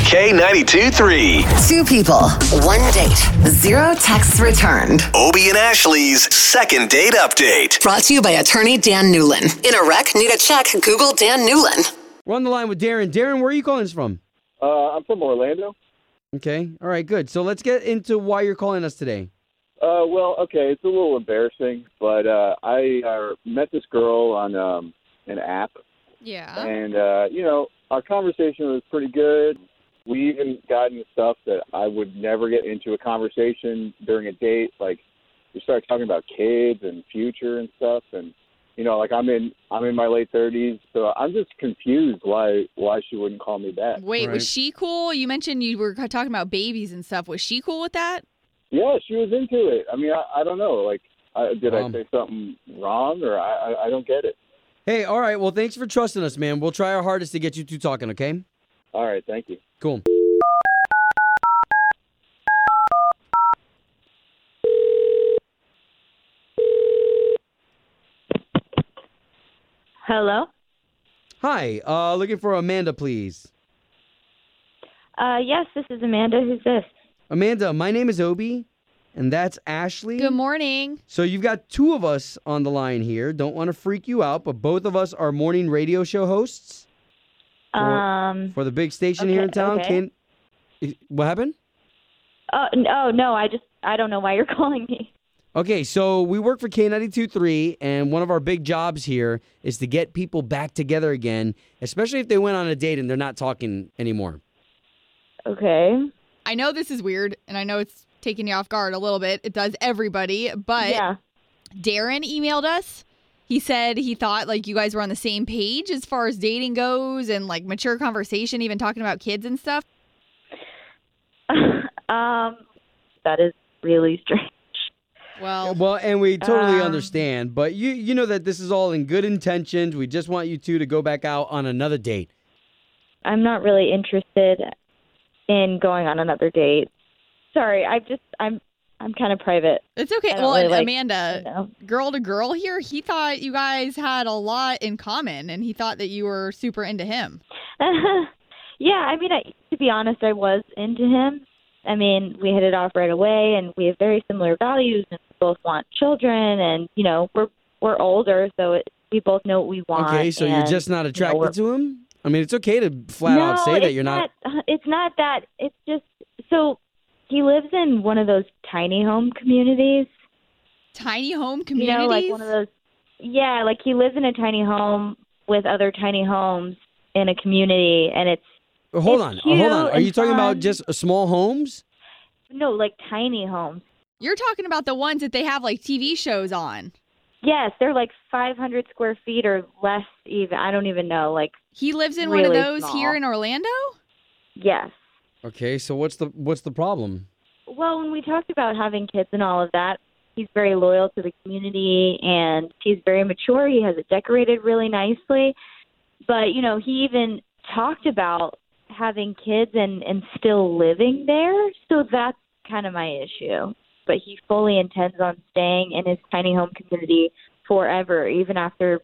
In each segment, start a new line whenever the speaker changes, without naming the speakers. K92 3.
Two people, one date, zero texts returned.
Obie and Ashley's second date update.
Brought to you by attorney Dan Newlin. In a wreck, need a check, Google Dan Newlin.
We're on the line with Darren. Darren, where are you calling us from?
Uh, I'm from Orlando.
Okay. All right, good. So let's get into why you're calling us today.
Uh, well, okay, it's a little embarrassing, but uh, I uh, met this girl on um, an app,
Yeah.
and uh, you know, our conversation was pretty good. We even got into stuff that I would never get into a conversation during a date. Like we started talking about kids and future and stuff, and you know, like I'm in I'm in my late 30s, so I'm just confused why why she wouldn't call me back.
Wait,
Right.
was she cool? You mentioned you were talking about babies and stuff. Was she cool with that?
Yeah, she was into it. I mean, I, I don't know. Like, I, did
Um.
I say something wrong, or I, I I don't get it.
Hey, all right. Well, thanks for trusting us, man. We'll try our hardest to get you two talking, okay?
All right, thank you.
Cool.
Hello.
Hi. Uh, looking for Amanda, please.
Uh, yes, this is Amanda. Who's this?
Amanda, my name is Obi, and that's Ashley.
Good morning.
So you've got two of us on the line here. Don't want to freak you out, but both of us are morning radio show hosts Well,
Um.
for the big station here
Okay,
in town.
okay.
Can what happened?
Oh no, no. I just I don't know why you're calling me.
Okay, so we work for K92.3, and one of our big jobs here is to get people back together again, especially if they went on a date and they're not talking anymore.
Okay.
I know this is weird, and I know it's taking you off guard a little bit. It does everybody, but
yeah.
Darren emailed us. He said he thought like you guys were on the same page as far as dating goes and like mature conversation, even talking about kids and stuff.
um. That is really strange. Oh.
Well,
Uh, Well, and we totally
Um,
understand, but you you know that this is all in good intentions. We just want you two to go back out on another date.
I'm not really interested in going on another date. Sorry. I just I'm I'm kind of private.
it's okay.
I don't
Well,
really
and
like- You
Amanda,
know.
girl to girl here, he thought you guys had a lot in common, and he thought that you were super into him.
yeah. I mean, I, to be honest, I was into him. I mean, we hit it off right away, and we have very similar values, and we both want children, and you know, we're we're older, so it, we both know what we want.
Okay, so you're
and-
just not attracted
we're-
to him? I mean, it's okay to flat
no,
out say that
it's
you're not,
It's not that. It's just so he lives in one of those tiny home communities.
Tiny home
You
communities.
know, like one of those. Yeah, like he lives in a tiny home with other tiny homes in a community, and it's
Hold on. uh, Hold
it's
on.
cute
Are you
and
talking about
fun.
just uh, small homes?
no like tiny homes.
You're talking about the ones that they have like TV shows on.
Yes, they're like 500 square feet or less. Even I don't even know. Like
He lives in one
Really
of those here
small.
in Orlando.
yes.
Okay, so what's the what's the problem?
Well, when we talked about having kids and all of that, he's very loyal to the community and he's very mature. He has it decorated really nicely. But, you know, he even talked about having kids and and still living there. So that's kind of my issue. But he fully intends on staying in his tiny home community forever even after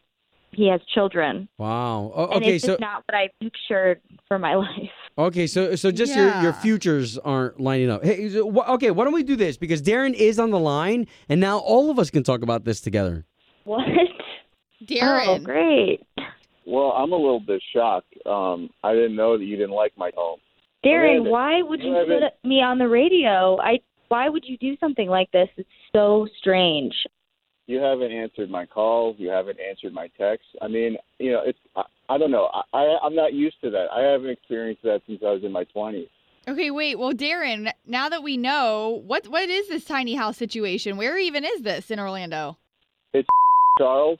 he has children.
Wow. O-
and
okay,
it's
so
just not what I pictured for my life.
Okay, so so just your your
Yeah.
futures aren't lining up. Hey, is it- wh- okay, why don't we do this because Darren is on the line, and now all of us can talk about this together.
What? Oh,
Darren,
great.
Well, I'm a little bit shocked. Um, I didn't know that you didn't like my home.
Darren,
Amanda,
why would you
Amanda.
put me on the radio? I why would you do something like this? It's so strange.
You haven't answered my calls. You haven't answered my texts. I mean, you know, it's I, I don't know. I, I I'm not used to that. I haven't experienced that since I was in my 20s.
Oh,
okay, wait. Well, Darren, now that we know what what is this tiny house situation? Where even is this in Orlando?
Charles,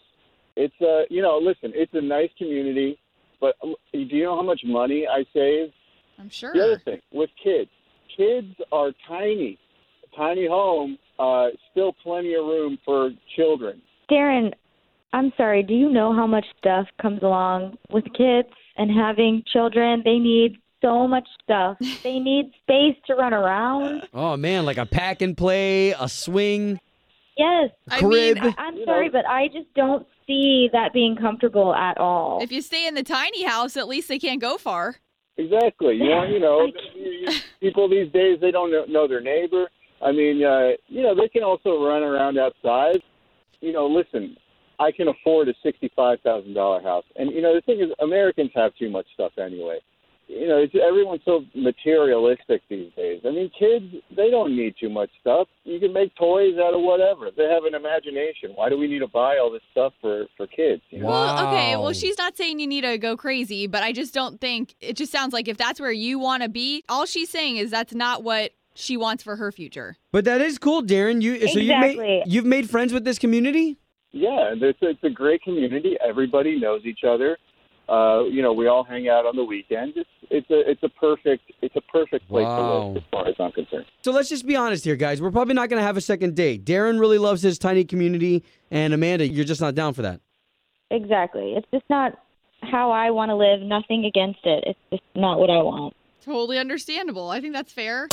it's uh, you know, listen, it's a nice community. But um, do you know how much money I saved?
I'm sure.
The other thing with kids, kids are tiny, tiny home, uh, still plenty of room for children.
Darren, I'm sorry. Do you know how much stuff comes along with kids and having children? They need so much stuff. they need space to run around.
Oh man, like a pack and play, a swing,
Yes.
a
I
crib.
mean, uh,
I'm sorry, but I just don't see that being comfortable at all.
If you stay in the tiny house, at least they can't go far.
Exactly. You know, you know, people these days they don't know- know their neighbor. I mean, uh, you know, they can also run around outside. You know, listen, I can afford a sixty-five thousand dollar house, and you know, the thing is, Americans have too much stuff anyway. You know, it's, everyone's so materialistic these days. I mean, kids they don't need too much stuff. You can make toys out of whatever. They have an imagination. Why do we need to buy all this stuff for for kids? You know?
Well, okay.
Wow.
Well, she's not saying you need to go crazy, but I just don't think it just sounds like if that's where you want to be, all she's saying is that's not what she wants for her future.
But that is cool, Darren. You so you've made
Exactly.
you've made friends with this community.
Yeah, and it's, it's a great community. Everybody knows each other. Uh, you know, we all hang out on the weekends. It's it's a it's a perfect it's a perfect place to
Wow.
live as far as I'm concerned.
So let's just be honest here, guys. We're probably not going to have a second date. Darren really loves his tiny community, and Amanda, you're just not down for that.
exactly. It's just not how I want to live. Nothing against it. It's just not what I want.
Totally understandable. I think that's fair.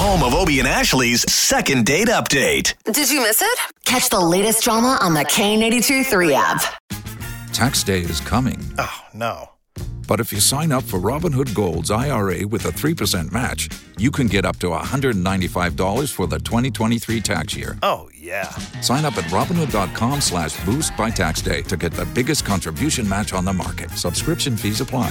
Home of Obie and Ashley's second date update.
Did you miss it? Catch the latest drama on the K82 3 app.
Tax day is coming.
Oh, no.
But if you sign up for Robinhood Gold's IRA with a 3% match, you can get up to $195 for the 2023 tax year.
Oh, yeah.
Sign up at Robinhood.com slash boost by tax day to get the biggest contribution match on the market. Subscription fees apply.